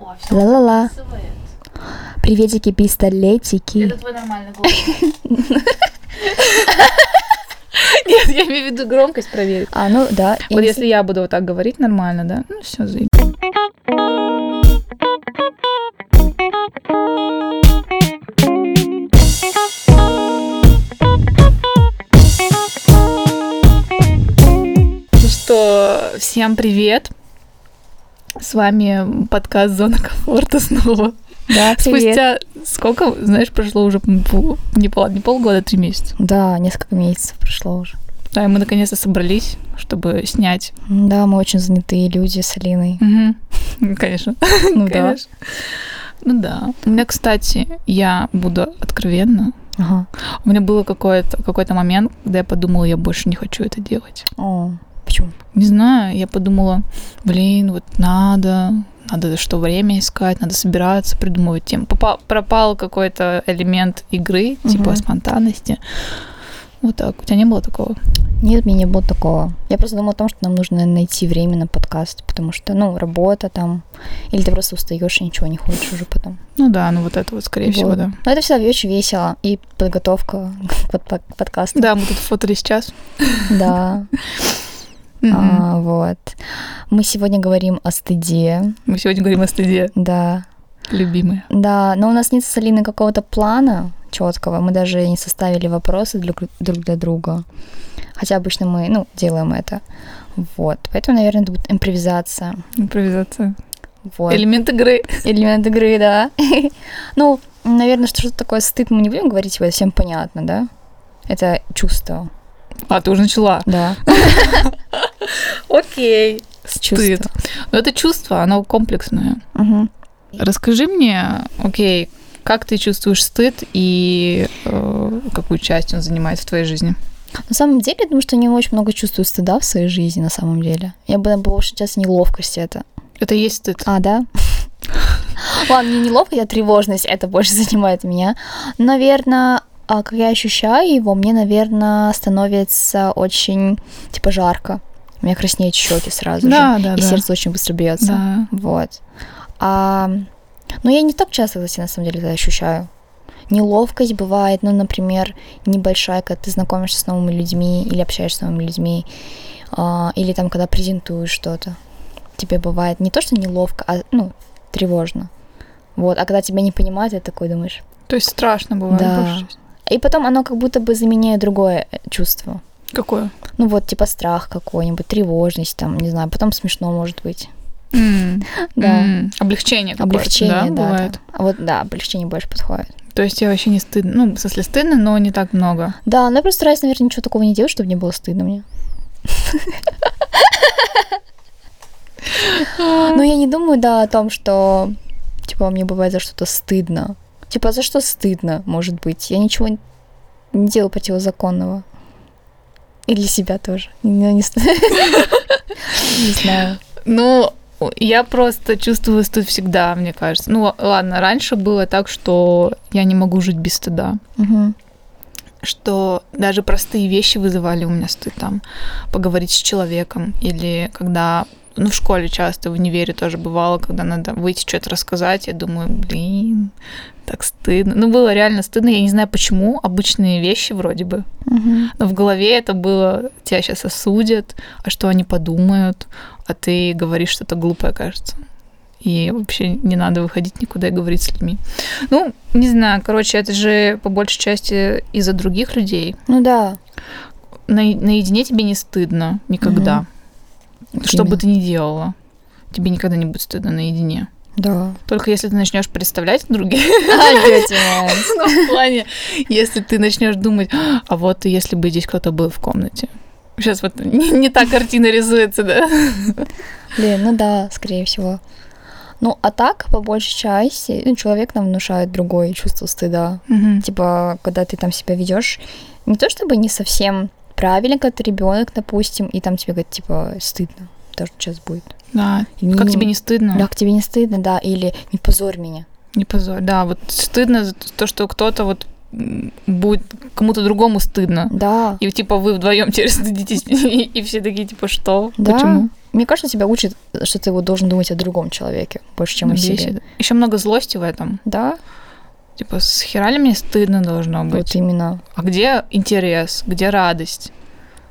О, все, Ла-ла-ла. записывает. Приветики, пистолетики. Это твой нормальный голос. Нет, я имею в виду громкость проверить. А, ну да. я вот не если я буду вот так говорить нормально, да? Ну все, заебись. Ну что, всем привет. С вами подкаст «Зона комфорта» снова. знаю. Да, привет. Спустя сколько, знаешь, прошло уже пол- не, пол- не полгода, а три месяца. Да, несколько месяцев прошло уже. Да, и мы наконец-то собрались, чтобы снять. М, Да, мы очень занятые люди с Алиной. Мгм. Ну, Конечно. Ну да. Конечно. Ну да. У меня, кстати, я буду откровенна. Ага. У меня был какой-то какой момент, когда я подумала, я больше не хочу это делать. О, почему? Не знаю, я подумала, блин, вот надо, надо что время искать, надо собираться, придумывать тему. Попа- пропал какой-то элемент игры, типа Мгм. спонтанности. Вот так. У тебя не было такого? Нет, у меня не было такого. Я просто думала о том, что нам нужно наверное, найти время на подкаст, потому что, ну, работа там, или ты просто устаешь и ничего не хочешь уже потом. Ну да, ну вот это вот, скорее всего, Вот. да. Но это всегда очень весело. И подготовка к под- под- подкасту. Да, мы тут фотали сейчас. Да. Мгм. А, Вот. Мы сегодня говорим о стыде. Мы сегодня говорим о стыде, Да. любимые. Да, но у нас нет с Алиной какого-то плана четкого. Мы даже не составили вопросы для, гру- друг для друга. Хотя обычно мы, ну, делаем это. Вот. Поэтому, наверное, это будет импровизация. Импровизация. Вот. Элемент игры. Элемент игры, да. Ну, наверное, что что-то такое стыд мы не будем говорить, вот всем понятно, да? Это чувство, А, ты уже начала. да. Окей. Стыд. Чувство. Но это чувство, оно комплексное. Мгм. Расскажи мне, окей, как ты чувствуешь стыд и э, какую часть он занимает в твоей жизни? На самом деле, я думаю, что я не очень много чувствую стыда в своей жизни, на самом деле. Я бы наверное, больше сейчас неловкость это. Это и есть стыд. А, да? Ладно, мне неловко, я тревожность, это больше занимает меня. Наверное, а, как я ощущаю его, мне, наверное, становится очень, типа, жарко. У меня краснеют щеки сразу же. да, да, и да. сердце очень быстро бьется. Да. Вот. А, но я не так часто, кстати, на самом деле это ощущаю. Неловкость бывает, ну, например, небольшая, когда ты знакомишься с новыми людьми или общаешься с новыми людьми, а, или там, когда презентуешь что-то. Тебе бывает не то, что неловко, а, ну, тревожно. Вот, а когда тебя не понимают, ты такой думаешь. То есть страшно бывает. Да. большая часть. И потом оно как будто бы заменяет другое э, чувство. Какое? Ну вот, типа страх какой-нибудь, тревожность, там, не знаю, потом смешно может быть. М, Да. м, Облегчение. какое-то, Облегчение, да, да. бывает. Вот, да, облегчение больше подходит. То есть тебе вообще не стыдно. Ну, в смысле, стыдно, но не так много. Да, но я просто стараюсь, наверное, ничего такого не делать, чтобы не было стыдно мне. Но я не думаю, да, о том, что, типа, мне бывает за что-то стыдно. Типа, за что стыдно, может быть? Я ничего не делаю противозаконного. И для себя тоже. Ну, не ст- Не знаю. Ну, я просто чувствую стыд всегда, мне кажется. Ну, ладно, раньше было так, что я не могу жить без стыда. Мгм. Что даже простые вещи вызывали у меня стыд там. Поговорить с человеком или когда... Ну, в школе часто, в универе тоже бывало, когда надо выйти что-то рассказать, я думаю, блин, так стыдно. Ну, было реально стыдно, я не знаю почему, обычные вещи вроде бы, Мгм. но в голове это было, тебя сейчас осудят, а что они подумают, а ты говоришь что-то глупое, кажется. И вообще не надо выходить никуда и говорить с людьми. Ну, не знаю, короче, это же по большей части из-за других людей. Ну да. На- наедине тебе не стыдно никогда. Что бы именно. ты ни делала, тебе никогда не будет стыдно наедине. Да. Только если ты начнешь представлять других. Опять я. Ну, в плане, если ты начнешь думать, а вот если бы здесь кто-то был в комнате. Сейчас вот не, не та картина рисуется, да? Блин, ну да, скорее всего. Ну, а так, по большей части, ну, человек нам внушает другое чувство стыда. Типа, когда ты там себя ведешь, не то чтобы не совсем правильно, когда ты ребенок, допустим, и там тебе говорят, типа, стыдно, то, что сейчас будет. Да. Или Как тебе не стыдно? Ну, Да, как тебе не стыдно, да, или не позорь меня. Не позор. Да, вот стыдно за то, что кто-то вот м, будет кому-то другому стыдно. Да. И типа вы вдвоем теперь стыдитесь, и, и все такие типа что? Да. Почему? Мне кажется, тебя учит, что ты вот должен думать о другом человеке больше, чем о себе. Еще много злости в этом. Да, Типа, с хера ли мне стыдно должно быть? вот именно. А где интерес? Где радость?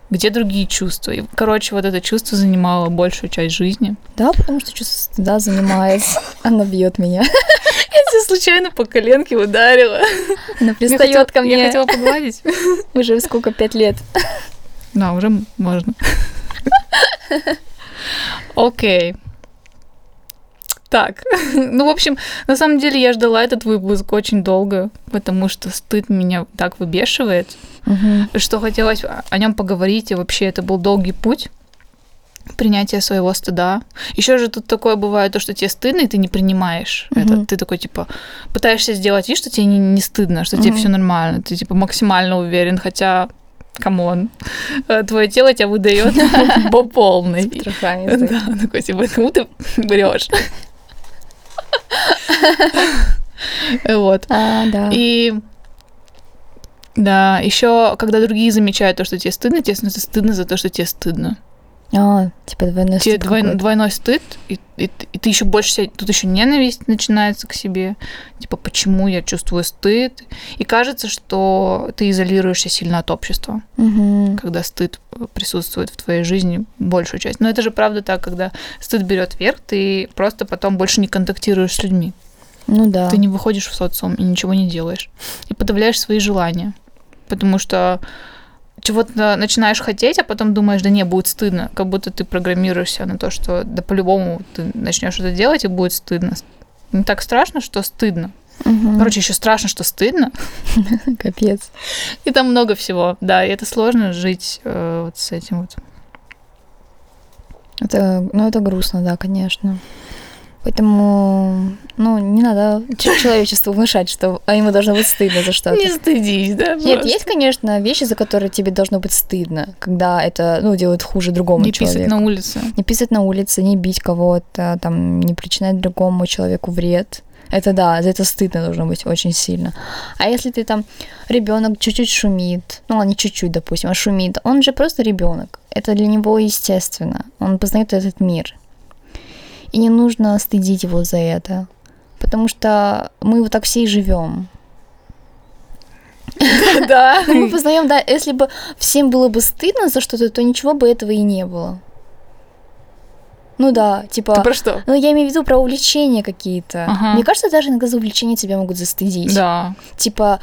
Где другие чувства? И, короче, вот это чувство занимало большую часть жизни. Да, потому что чувство стыда занимает. Она бьет меня. Я тебя случайно по коленке ударила. Она Я пристает хотела- ко мне. Я хотела погладить. Уже сколько, пять лет. Да, уже можно. Окей. Так, ну, в общем, на самом деле я ждала этот выпуск очень долго, потому что стыд меня так выбешивает. Мгм. что хотелось о нем поговорить, и вообще это был долгий путь принятия своего стыда. Еще же тут такое бывает, то, что тебе стыдно, и ты не принимаешь это. Мгм. Ты такой, типа, пытаешься сделать вид, что тебе не, не стыдно, что тебе Мгм. все нормально. Ты, типа, максимально уверен, хотя, камон, э, твое тело тебя выдает по полной. Потрохами стоит. Да, такой, типа, ну ты врешь. Вот. А, да. И да, еще когда другие замечают то, что тебе стыдно, тебе становится стыдно за то, что тебе стыдно. А, типа двойной тебе стыд двой- какой-то. двойной стыд, и, и ты- и ты еще больше себя, тут еще ненависть начинается к себе. Типа, почему я чувствую стыд? И кажется, что ты изолируешься сильно от общества, Мгм. когда стыд присутствует в твоей жизни большую часть. Но это же правда так, когда стыд берет верх, ты просто потом больше не контактируешь с людьми. Ну да. Ты не выходишь в социум и ничего не делаешь. И подавляешь свои желания. Потому что чего-то начинаешь хотеть, а потом думаешь, да не, будет стыдно. Как будто ты программируешься на то, что да по-любому ты начнешь это делать, и будет стыдно. Не так страшно, что стыдно. Мгм. Короче, еще страшно, что стыдно. Капец. И там много всего. Да, и это сложно жить э, вот с этим вот. Это, ну, это грустно, да, конечно. Поэтому, ну, не надо ч- человечеству внушать, что а ему должно быть стыдно за что-то. Не стыдись, да? Нет, просто. есть, конечно, вещи, за которые тебе должно быть стыдно, когда это, ну, делают хуже другому Не человеку. писать на улице. Не писать на улице, не бить кого-то, там, не причинять другому человеку вред. Это да, за это стыдно должно быть очень сильно. А если ты там ребенок чуть-чуть шумит, ну ладно, не чуть-чуть, допустим, а шумит, он же просто ребенок. Это для него естественно. Он познает этот мир. И не нужно стыдить его за это. Потому что мы вот так все и живем. Да. Но Ну, мы познаем, да, если бы всем было бы стыдно за что-то, то ничего бы этого и не было. Ну да, типа... Ты про что? Ну, я имею в виду про увлечения какие-то. Ага. Мне кажется, даже иногда за увлечения тебя могут застыдить. Да. Типа,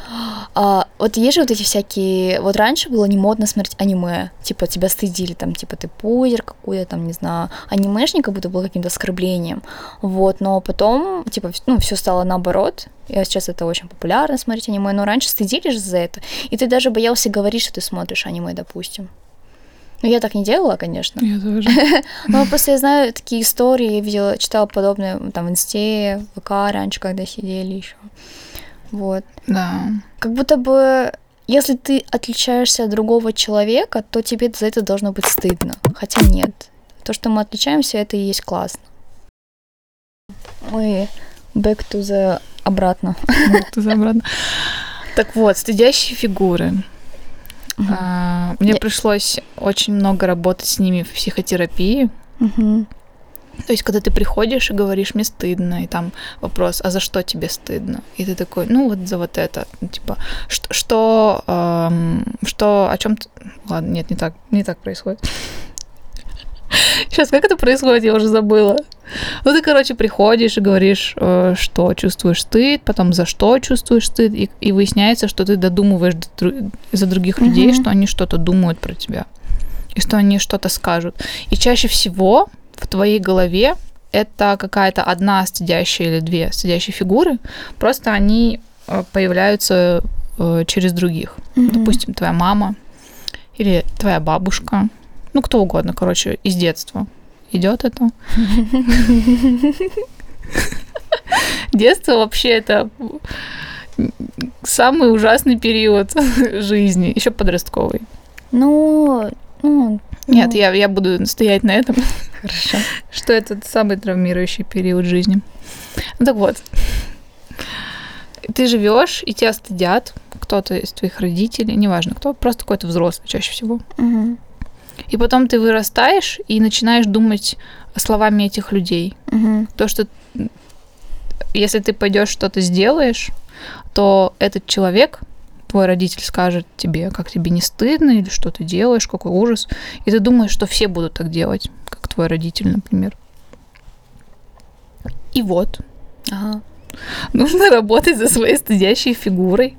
а, вот есть же вот эти всякие... Вот раньше было не модно смотреть аниме. Типа, тебя стыдили, там, типа, ты пузер какой-то, там, не знаю, анимешник как будто был каким-то оскорблением. Вот, но потом, типа, вс- ну, все стало наоборот. И сейчас это очень популярно смотреть аниме, но раньше стыдили же за это. И ты даже боялся говорить, что ты смотришь аниме, допустим. Ну, я так не делала, конечно. Я тоже. Ну, просто я знаю такие истории, я видела, читала подобное там в Инсте, в ВК раньше, когда сидели еще. Вот. Да. Как будто бы, если ты отличаешься от другого человека, то тебе за это должно быть стыдно. Хотя нет. То, что мы отличаемся, это и есть классно. Ой, back to the обратно. Вот из обратно. Так вот, стыдящие фигуры. Мгм. А, Мне Я- пришлось очень много работать с ними в психотерапии. Мгм. То есть, когда ты приходишь и говоришь, мне стыдно, и там вопрос, а за что тебе стыдно? И ты такой, ну вот за вот это, Ну, типа, что, что, эм, что о чем ты... Ладно, нет, не так, не так происходит. Сейчас, как это происходит, я уже забыла. Ну, ты, короче, приходишь и говоришь, э, что чувствуешь стыд, потом за что чувствуешь стыд, и, и выясняется, что ты додумываешь до дру- за других людей, Мгм. что они что-то думают про тебя, и что они что-то скажут. И чаще всего в твоей голове это какая-то одна стыдящая или две стыдящие фигуры, просто они э, появляются э, через других. Мгм. Допустим, твоя мама или твоя бабушка, ну кто угодно, короче, из детства. Идет это. Детство вообще это самый ужасный период жизни, еще подростковый. Ну, ну, Нет, Ну. я, я буду настоять на этом, хорошо. что это самый травмирующий период жизни. Ну так вот, ты живешь, и тебя стыдят, кто-то из твоих родителей, неважно кто, просто какой-то взрослый чаще всего. Мгм. И потом ты вырастаешь и начинаешь думать словами этих людей. Мгм. То, что м, если ты пойдешь что-то сделаешь, то этот человек, твой родитель скажет тебе, как тебе не стыдно, или что ты делаешь, какой ужас. И ты думаешь, что все будут так делать, как твой родитель, например. И вот, Ага. нужно работать за своей стыдящей фигурой.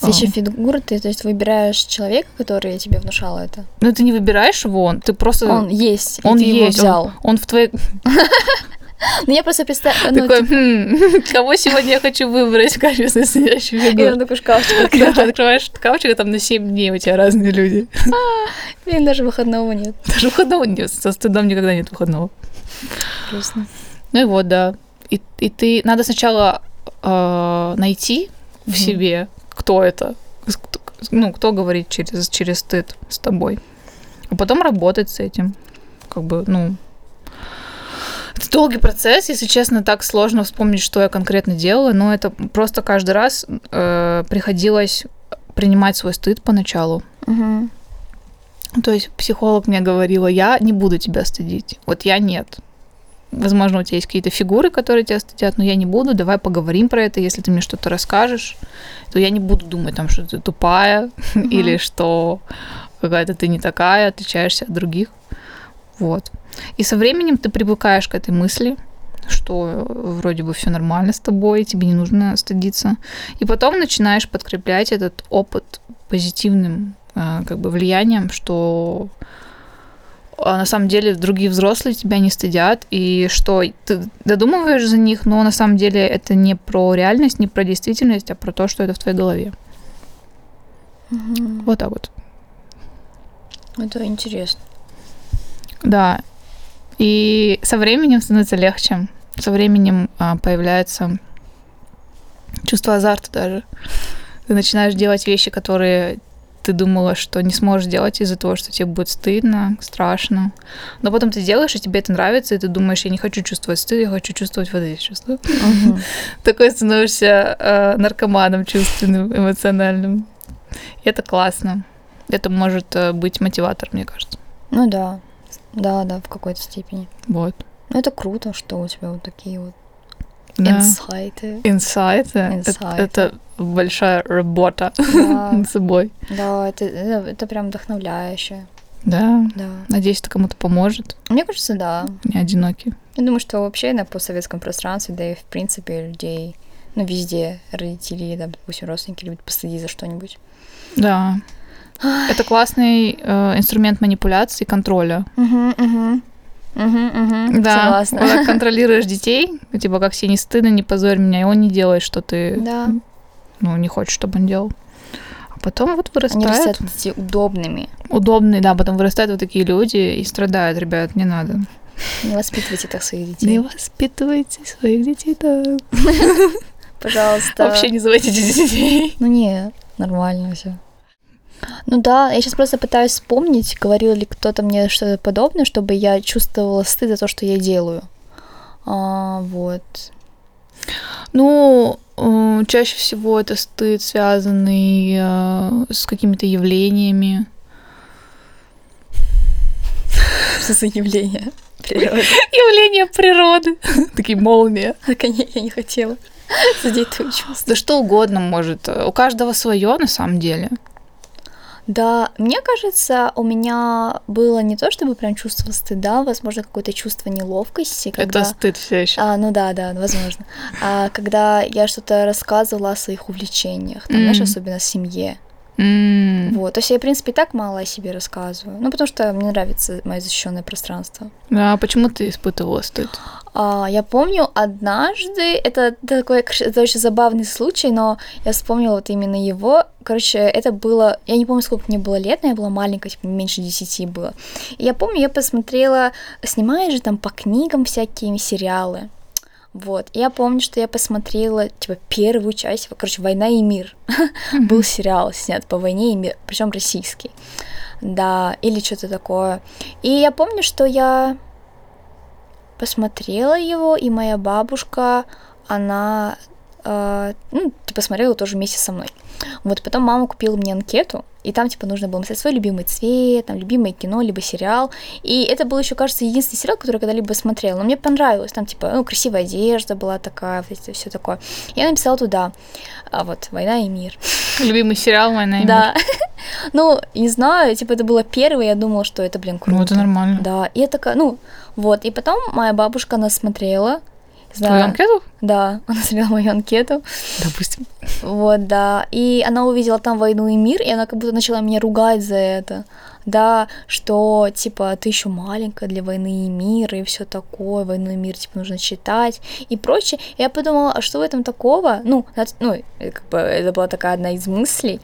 А. Следующая фигура, ты, то есть, выбираешь человека, который тебе внушал это. Но ты не выбираешь его, он- ты просто... Он есть, и он ты его есть, он- взял. он в твоей... Ну, типа, я просто представляю... такой, «Хм, кого сегодня я хочу выбрать в качестве стыдящей Я фигуры? на такую шкафчик Когда ты открываю. открываешь шкафчик, а там на 7 дней у тебя разные люди. Блин, даже выходного нет. Даже выходного нет, со стыдом никогда нет выходного. Грустно. Ну и вот, да. И, и ты надо сначала э, найти в Мгм. себе, кто это, с- кто- ну, кто говорит через, через стыд с тобой. А потом работать с этим. Как бы, ну. Это долгий процесс, если честно, так сложно вспомнить, что я конкретно делала, но это просто каждый раз э, приходилось принимать свой стыд поначалу. Мгм. То есть психолог мне говорила, я не буду тебя стыдить. Вот я нет. Возможно, у тебя есть какие-то фигуры, которые тебя стыдят, но я не буду. Давай поговорим про это. Если ты мне что-то расскажешь, то я не буду думать, там, что ты тупая или что какая-то ты не такая, отличаешься от других. Вот. И со временем ты привыкаешь к этой мысли, что вроде бы все нормально с тобой, тебе не нужно стыдиться. И потом начинаешь подкреплять этот опыт позитивным э, как бы влиянием, что а, на самом деле другие взрослые тебя не стыдят, и что ты додумываешь за них, но на самом деле это не про реальность, не про действительность, а про то, что это в твоей голове. Мгм. Вот так вот. Это интересно. Да. И со временем становится легче. Со временем а, появляется чувство азарта даже. Ты начинаешь делать вещи, которые ты думала, что не сможешь делать из-за того, что тебе будет стыдно, страшно. Но потом ты делаешь, и тебе это нравится, и ты думаешь, я не хочу чувствовать стыд, я хочу чувствовать вот эти чувства. Мгм. Такой становишься э, наркоманом чувственным, эмоциональным. И это классно. Это может э, быть мотиватор, мне кажется. Ну да. Да, да, в какой-то степени. Вот. Ну это круто, что у тебя вот такие вот Да. инсайты. Инсайт. э, Это, Инсайты. это большая работа Да, над собой. да, это, это, это прям вдохновляюще. Да. Да. Надеюсь, это кому-то поможет. Мне кажется, да. Не одиноки. Я думаю, что вообще на постсоветском пространстве, да и в принципе людей, ну везде, родители, да, допустим, родственники любят посадить за что-нибудь. Да. Это классный э, инструмент манипуляции и контроля. Угу, угу. Угу, угу. да. Согласна. Когда контролируешь детей, типа как себе не стыдно, не позорь меня, и он не делает, что ты Да. ну, не хочешь, чтобы он делал. А потом вот вырастают Они растят эти удобными. удобные, да, потом вырастают вот такие люди и страдают, ребят, не надо. Не воспитывайте так своих детей. Не воспитывайте своих детей так. Пожалуйста. Вообще не заводите детей. Ну не, нормально все. Ну да, я сейчас просто пытаюсь вспомнить, говорил ли кто-то мне что-то подобное, чтобы я чувствовала стыд за то, что я делаю. А, вот. Ну, э, чаще всего это стыд, связанный э, с какими-то явлениями. Что за явление? Природа. Явления природы. Такие молнии. Конечно, я не хотела задеть твои чувства. Да что угодно может. У каждого свое, на самом деле. Да, мне кажется, у меня было не то чтобы прям чувство стыда, возможно, какое-то чувство неловкости, когда... Это стыд все еще. А, ну да, да, возможно. А, когда я что-то рассказывала о своих увлечениях, там, знаешь, М. особенно в семье. А, Вот. То есть я, в принципе, и так мало о себе рассказываю. Ну, потому что мне нравится мое защищенное пространство. А почему ты испытывала стыд? А, я помню однажды, это такой, кш- это очень забавный случай, но я вспомнила вот именно его. Короче, это было, я не помню, сколько мне было лет, но я была маленькая, типа меньше 10 было. И я помню, я посмотрела, снимают же там по книгам всякие сериалы. Вот, И я помню, что я посмотрела, типа, первую часть, короче, «Война и мир». Был сериал снят по «Войне и мир», причем российский. Да, или что-то такое. И я помню, что я посмотрела его, и моя бабушка, она, э, ну, типа, смотрела тоже вместе со мной. Вот потом мама купила мне анкету, и там, типа, нужно было написать свой любимый цвет, там, любимое кино, либо сериал. И это был еще, кажется, единственный сериал, который я когда-либо смотрела. Но мне понравилось. Там, типа, ну, красивая одежда была такая, вот это все такое. Я написала туда. А вот, «Война и мир». Любимый сериал «Война и мир». Да. Ну, не знаю, типа, это было первое, я думала, что это, блин, круто. Ну, это нормально. Да, и я такая, ну, вот. И потом моя бабушка нас смотрела. Твою анкету? Да, она смотрела мою анкету. Допустим. Вот, да. И она увидела там войну и мир, и она как будто начала меня ругать за это. Да, что типа ты еще маленькая для войны и мира и все такое, войну и мир типа нужно читать и прочее. Я подумала, а что в этом такого? Ну, нат- ну э, как бы это была такая одна из мыслей.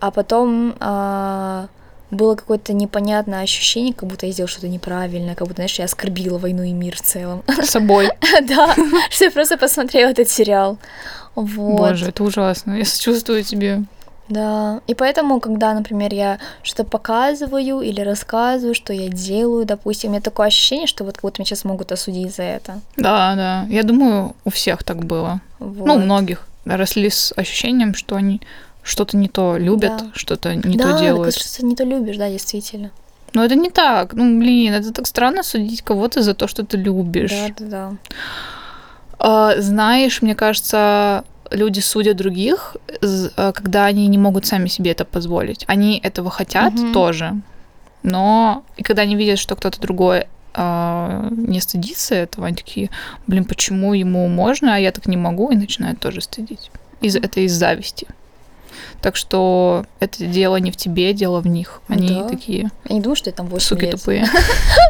А потом а, было какое-то непонятное ощущение, как будто я сделала что-то неправильное, как будто, знаешь, я оскорбила войну и мир в целом. С собой. Да, что я просто посмотрела этот сериал. Вот. Боже, это ужасно. Я сочувствую тебе. Да, и поэтому, когда, например, я что-то показываю или рассказываю, что я делаю, допустим, у меня такое ощущение, что вот как будто меня сейчас могут осудить за это. Да, да. Я думаю, у всех так было. Вот. Ну, у многих. Росли с ощущением, что они что-то не то любят, Да. что-то не да, то так делают. ты что-то не то любишь, да, действительно. Но это не так. Ну, блин, это так странно судить кого-то за то, что ты любишь. Да, да, да. А, знаешь, мне кажется, люди судят других, з- а, когда они не могут сами себе это позволить. Они этого хотят Мгм. тоже, но и когда они видят, что кто-то другой а, не стыдится этого, они такие, блин, почему ему можно, а я так не могу, и начинают тоже стыдить. Из, это из зависти. Так что это дело не в тебе, дело в них. Они Да. такие Я не думаю, что я там 8 суки лет. тупые.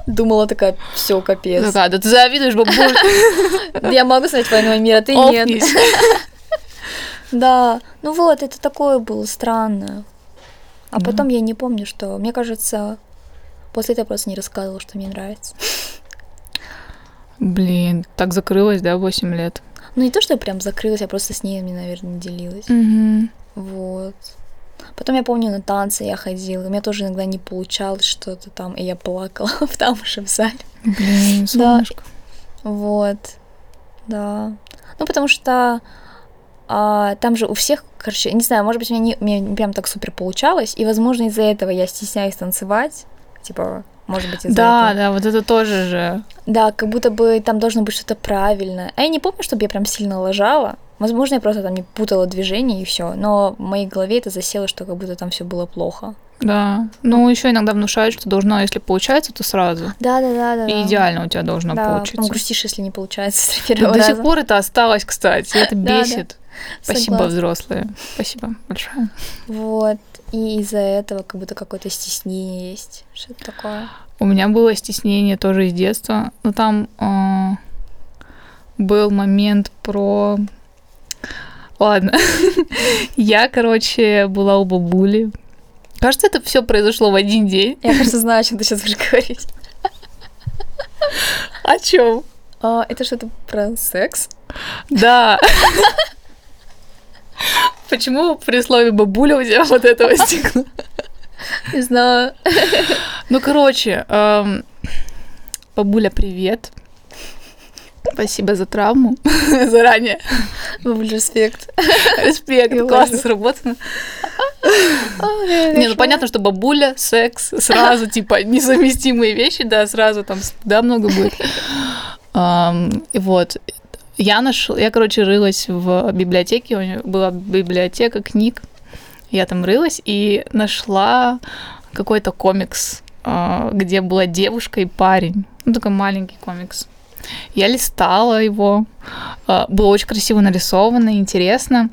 Думала такая, все, капец. Такая, да ты завидуешь, бабуль. Я могу смотреть «Войну и мир», а ты нет. Офнись. Да, ну вот, это такое было странное. А Да. потом я не помню, что... Мне кажется, после этого я просто не рассказывала, что мне нравится. Блин, так закрылась, да, 8 лет. Ну не то, что я прям закрылась, я просто с ней, наверное, не делилась. Мгм. Вот. Потом я помню, на танцы я ходила. У меня тоже иногда не получалось что-то там, и я плакала в там же в зале. Блин, солнышко. Вот. Да. Ну, потому что а, там же у всех, короче, не знаю, может быть, у меня не, у меня не прям так супер получалось, и, возможно, из-за этого я стесняюсь танцевать. Типа, может быть, из-за Да, этого. да, вот это тоже же. Да, как будто бы там должно быть что-то правильное. А я не помню, чтобы я прям сильно лажала. Возможно, я просто там не путала движение и все. Но в моей голове это засело, что как будто там все было плохо. Да. Ну, еще иногда внушают, что должно, если получается, то сразу. Да, да, да, да. И идеально у тебя должно да, потом получиться. грустишь, если не получается с И первого до раза. сих пор это осталось, кстати. и Это Да, да. бесит. Спасибо, Согласна. взрослые. Спасибо большое. Вот. И из-за этого как будто какое-то стеснение есть. Что-то такое. У меня было стеснение тоже из детства. Но там э, был момент про... Ладно. Я, короче, была у бабули. Кажется, это все произошло в один день. Я, кажется, знаю, о чем ты сейчас будешь говорить. О чем? А, это что-то про секс? Да. Почему при слове бабуля у тебя вот это возникло? Не знаю. Ну, короче, эм, бабуля, привет. Спасибо за травму заранее. Бабуль, респект. Респект, Я классно ложусь. сработано. Не, А, Не, ну понятно, что бабуля, секс, сразу, типа, незаместимые вещи, да, сразу там да, много будет. Ам, И вот. Я нашел, я, короче, рылась в библиотеке, у нее была библиотека книг, я там рылась и нашла какой-то комикс, а, где была девушка и парень, ну такой маленький комикс. Я листала его, а, было очень красиво нарисовано, интересно.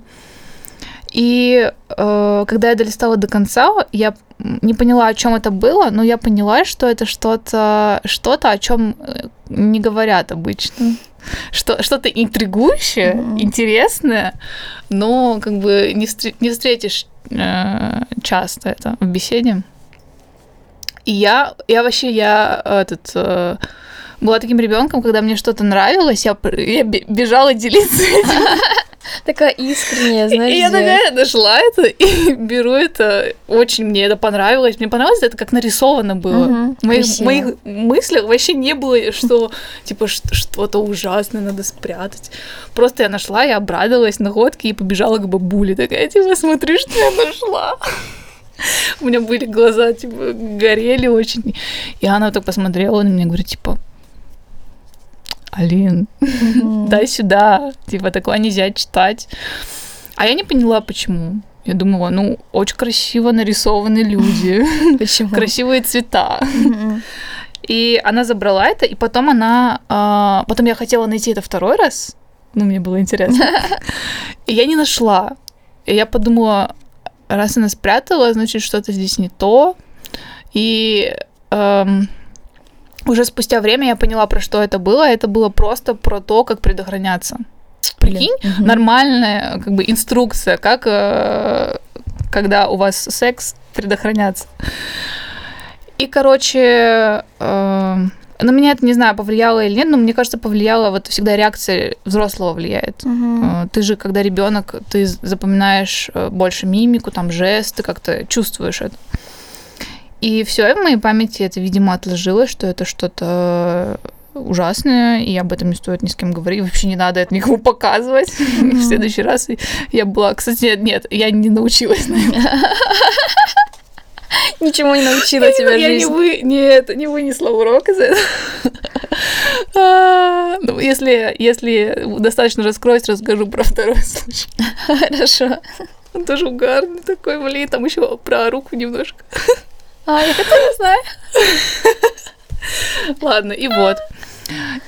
И э, когда я долистала до конца, я м, не поняла, о чем это было, но я поняла, что это что-то, что-то, о чем не говорят обычно. Что, что-то интригующее, Мгм. интересное, но как бы не, встр- не встретишь э, часто это в беседе. И я, я вообще, я этот, э, была таким ребенком, когда мне что-то нравилось, я, пр- я бе- бежала делиться этим. Такая искренняя, А знаешь, и я где- такая нашла это и беру это. Очень мне это понравилось. Мне понравилось, это как нарисовано было. Мгм, В моих, красиво. моих мыслях вообще не было, что типа ш- что-то ужасное надо спрятать. Просто я нашла, я обрадовалась находке и побежала к бабуле. Такая, типа, смотри, что я нашла. У меня были глаза, типа, горели очень. И она так посмотрела на меня, говорит, типа, Алин, Мгм. дай сюда. Типа, такое нельзя читать. А я не поняла, почему. Я думала, ну, очень красиво нарисованы люди, Почему? красивые цвета. Мгм. И она забрала это, и потом она... а, потом я хотела найти это второй раз. Ну, мне было интересно. И я не нашла. И я подумала, раз она спрятала, значит, что-то здесь не то. И эм, уже спустя время я поняла, про что это было. Это было просто про то, как предохраняться. Прикинь, Мгм. нормальная как бы инструкция, как э, когда у вас секс предохраняться. И, короче, э, на меня это не знаю, повлияло или нет, но мне кажется, повлияло вот всегда реакция взрослого влияет. Мгм. Э, Ты же, когда ребенок, ты з- запоминаешь э, больше мимику, там жесты, как-то чувствуешь это. И все, в моей памяти это, видимо, отложилось, что это что-то э, ужасное, и об этом не стоит ни с кем говорить. Вообще не надо это никому показывать. И В следующий раз я была... Кстати, нет, нет, я не научилась. на это. Ничему не научила тебя Я не, жизнь. вы... не, это, не вынесла урок из этого. А, ну, Если, если достаточно раскроюсь, расскажу про второй случай. Хорошо. Он тоже угарный такой, блин, там еще про руку немножко. А, я это не знаю. Ладно, и вот.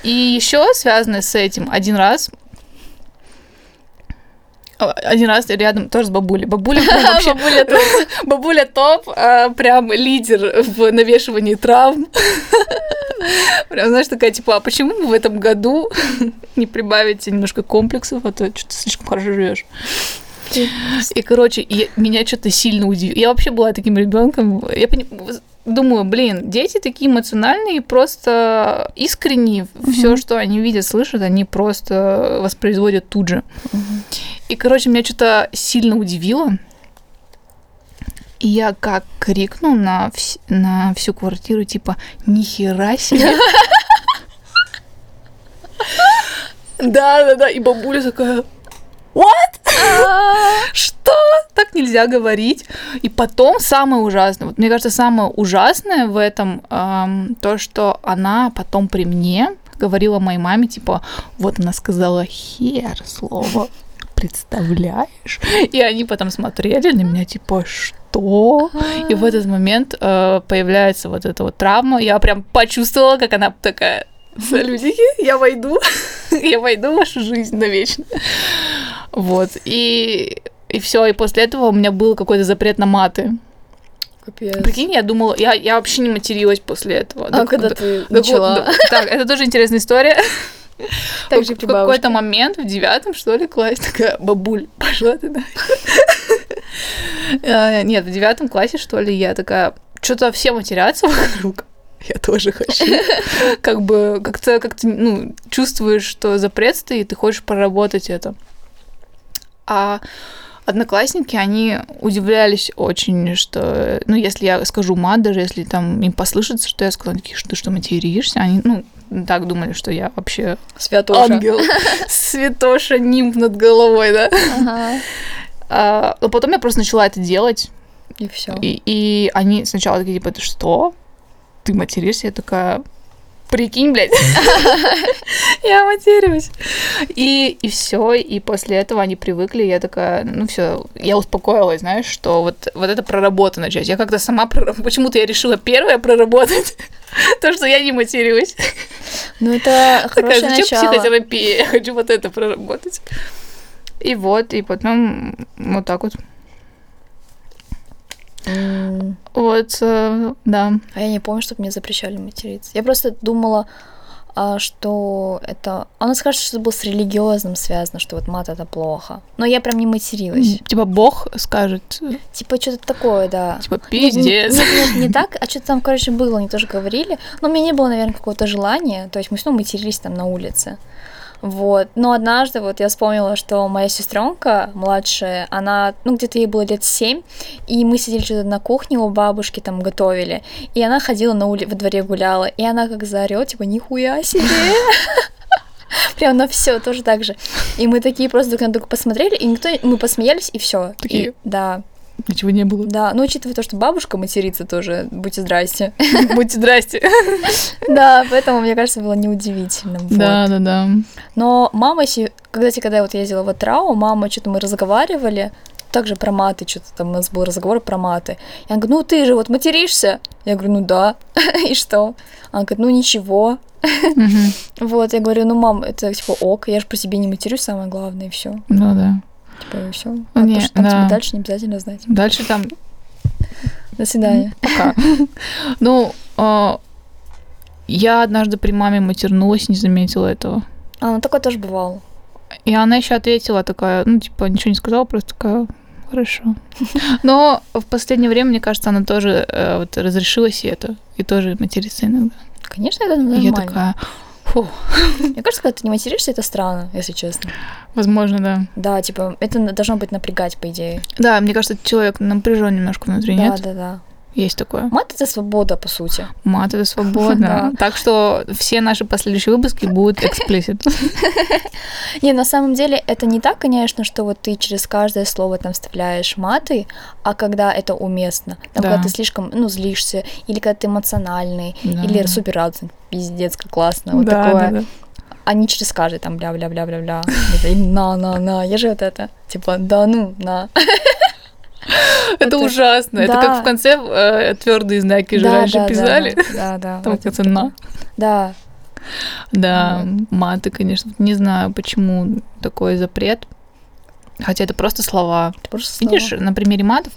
И еще связанное с этим, один раз а, один раз рядом тоже с бабулей. Бабуля прям вообще... Бабуля тут. Бабуля топ, а, прям лидер в навешивании травм. Прям, знаешь, такая, типа, а почему вы в этом году не прибавите немножко комплексов, а то что-то слишком хорошо живешь? И, короче, я- меня что-то сильно удивило. Я вообще была таким ребенком. Я пони- думаю, блин, дети такие эмоциональные, просто искренние. Все, что они видят, слышат, они просто воспроизводят тут же. И, короче, меня что-то сильно удивило. И я как крикну на, вс- на всю квартиру, типа, нихера себе. Да, да, да. И бабуля такая, что? Так нельзя говорить. И потом самое ужасное, вот мне кажется, самое ужасное в этом ам, то, что она потом при мне говорила моей маме, типа, вот она сказала хер слово, представляешь? И они потом смотрели на меня, типа, что? И в этот момент э, появляется вот эта вот травма. Я прям почувствовала, как она такая, салютики, я войду, я войду в вашу жизнь навечно. Вот, и, и все, и после этого у меня был какой-то запрет на маты. Капец. Прикинь, я думала, я, я вообще не материлась после этого. А Да когда как- ты да- начала? да- так, это тоже интересная история. Так же в при какой-то бабушке. момент, в девятом, что ли, классе, такая, бабуль, пошла ты нахер». Э, Нет, в девятом классе, что ли, я такая, что-то все матерятся вокруг. Я тоже хочу. Как бы как-то, как ты ну, чувствуешь, что запрет стоит, и хочешь проработать это. А одноклассники, они удивлялись очень, что, ну, если я скажу мат, даже если там им послышится, что я сказала, они такие, что ты что, материшься? Они, ну, так думали, что я вообще Святоша. Ангел. Святоша нимб над головой, да. Ага. А, но потом я просто начала это делать. И все. И, и они сначала такие, типа, ты что? Ты материшься? Я такая, прикинь, блядь. Я матерюсь. И, и все. И после этого они привыкли. Я такая, ну все, я успокоилась, знаешь, что вот, вот это проработанная часть. Я как-то сама прораб- Почему-то я решила первая проработать то, что я не матерюсь. Ну, Такая, это хорошее зачем начало. психотерапия? Я хочу вот это проработать. И вот, и потом вот так вот. М. Вот, э, да. А я не помню, чтобы мне запрещали материться. Я просто думала, а, что это... Она скажет, что это было с религиозным связано, что вот мат — это плохо. Но я прям не материлась. Типа бог скажет, э, Типа что-то такое, да. типа, Ну, н- пиздец. Нет, нет, не так, а что-то там, короче, Ну, было, они тоже говорили. Но у меня не было, наверное, какого-то желания. То есть мы все равно матерились там на улице. Вот. Но однажды вот я вспомнила, что моя сестренка младшая, она, ну, где-то ей было лет семь, и мы сидели что-то на кухне у бабушки, там готовили, и она ходила на ули... во дворе гуляла, и она как заорет, типа, нихуя себе! Прям на все тоже так же. И мы такие просто друг на друга посмотрели, и никто, мы посмеялись, и все. Такие. да, Ничего не было. да. Ну, учитывая то, что бабушка матерится тоже, будьте здрасте. Будьте здрасте. Да, поэтому, мне кажется, было неудивительно. Вот. Да, да, да. Но мама, си- кстати, когда я вот ездила в Атрау, мама, что-то мы разговаривали, также про маты, что-то там у нас был разговор про маты. Я говорю, ну ты же вот материшься. Я говорю, ну да. И что? Она говорит, ну ничего. Мгм. Вот, я говорю, ну мам, это типа ок, я же про себя не матерюсь, самое главное, и все. Ну да. Типа, и все. А Не, то, что там да. тебе дальше не обязательно знать. Дальше там До свидания. пока. Ну, а, я однажды при маме матернулась, не заметила этого. А, ну такое тоже бывало. И она еще ответила такая, ну, типа, ничего не сказала, просто такая, хорошо. Но в последнее время, мне кажется, она тоже э, вот разрешилась и это, и тоже матерится иногда. Конечно, это И я нормально. такая, фу, Мне кажется, когда ты не материшься, это странно, если честно. возможно, да. Да, типа, это на- должно быть напрягать, по идее. Да, мне кажется, человек напряжен немножко внутри, Да, нет? да, да. Есть такое. Мат это свобода, по сути. Мат это свободно. Так что все наши последующие выпуски будут эксплисит. Не, на самом деле это не так, конечно, что вот ты через каждое слово там вставляешь маты, а когда это уместно. Там, Да. когда ты слишком, ну, злишься, или когда ты эмоциональный, Да. или супер радостный, пиздец, как классно, вот Да, такое. да, да. А не через каждое там бля-бля-бля-бля-бля, Вот это, или на-на-на, я же вот это, типа, да ну, на. Это Это- ужасно. Это да. как в конце э, твердые знаки же Да, раньше да, да, писали. Да, да. Там в вот это конце на. такое. Да, Да, маты, конечно. Не знаю, почему такой запрет. Хотя это просто слова. это просто слово. Видишь, на примере матов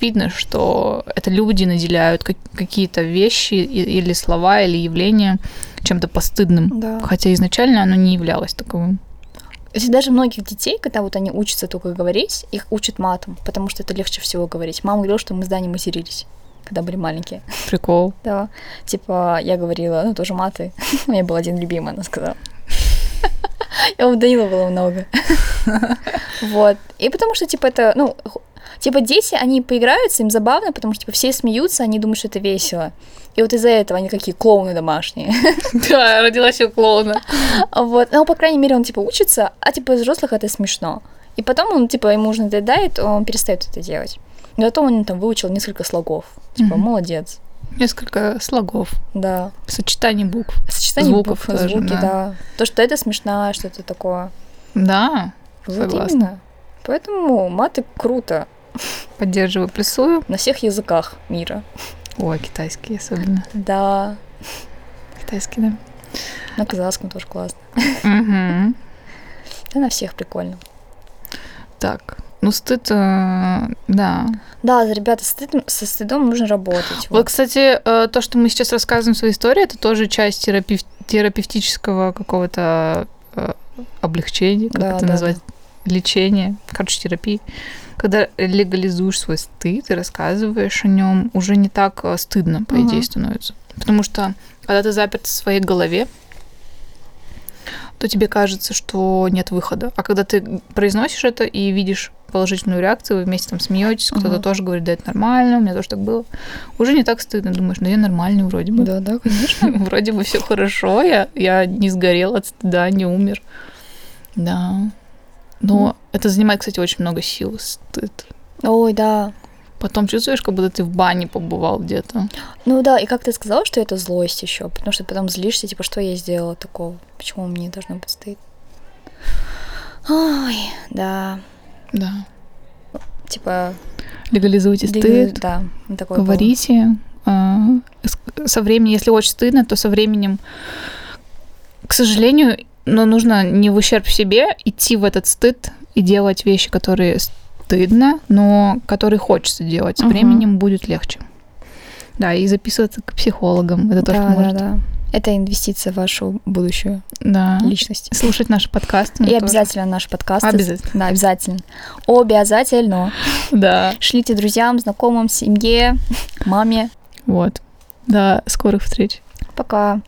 видно, что это люди наделяют как- какие-то вещи и- или слова, или явления чем-то постыдным. Да. Хотя изначально оно не являлось таковым. Если даже многих детей, когда вот они учатся только говорить, их учат матом, потому что это легче всего говорить. Мама говорила, что мы с Даней матерились, когда были маленькие. Прикол. Да. Типа, я говорила, ну, тоже маты. У меня был один любимый, она сказала. Я у Данила было много. Вот. И потому что, типа, это, ну, ху- типа, дети, они поиграются, им забавно, потому что, типа, все смеются, они думают, что это весело. И вот из-за этого они какие клоуны домашние. Да, родилась у клоуна. Вот. Ну, по крайней мере, он, типа, учится, а, типа, из взрослых это смешно. И потом он, типа, ему уже надоедает, он перестает это делать. Но зато он там выучил несколько слогов. Типа, Мгм. молодец. Несколько слогов, Да. сочетаний букв. Сочетание Звуков звуков, тоже, звуки, да. да. То, что это смешное, что-то такое. Да, Вот Согласна. именно. Поэтому маты круто поддерживаю, плюсую. на всех языках мира. Ой, китайский особенно. Да, Китайский, да. на казахском тоже классно. Мгм. Да, на всех прикольно. Так, ну стыд, э, да. Да, ребята, со стыдом, со стыдом нужно Вот, работать. Вот. кстати, э, то, что мы сейчас рассказываем в своей истории, это тоже часть терапев- терапевтического какого-то э, облегчения, как Да, это да, да. назвать, лечения, короче, терапии. Когда легализуешь свой стыд и рассказываешь о нем, уже не так э, стыдно, по Мгм. идее, становится. Потому что, когда ты заперт в своей голове, то тебе кажется, что нет выхода. А когда ты произносишь это и видишь положительную реакцию, вы вместе там смеетесь, кто-то Мгм. тоже говорит, да, это нормально, у меня тоже так было. Уже не так стыдно, думаешь, ну я нормальный вроде бы. Да, да, конечно. Вроде бы все хорошо, я, я не сгорел от стыда, не умер. Да. Но это занимает, кстати, очень много сил, стыд. Ой, да. Потом чувствуешь, как будто ты в бане побывал где-то. Ну да, и как ты сказала, что это злость еще, потому что потом злишься, типа, что я сделала такого? Почему мне должно быть стыд? Ой, да. Да. Типа, Легализуйте лег- стыд. да, вот такое было. говорите. а, с- Со временем, если очень стыдно, то со временем, к сожалению, но нужно не в ущерб себе идти в этот стыд и делать вещи, которые стыдно, но которые хочется делать. Со Мгм. временем будет легче. Да, и записываться к психологам. Это тоже да, поможет. да, да. Это инвестиция в вашу будущую Да. личность. Слушать наши подкасты. И А? Ну, тоже. обязательно наш подкаст. Обязательно. Да, обязательно. Обязательно. Да. Шлите друзьям, знакомым, семье, маме. Вот. До скорых встреч. Пока.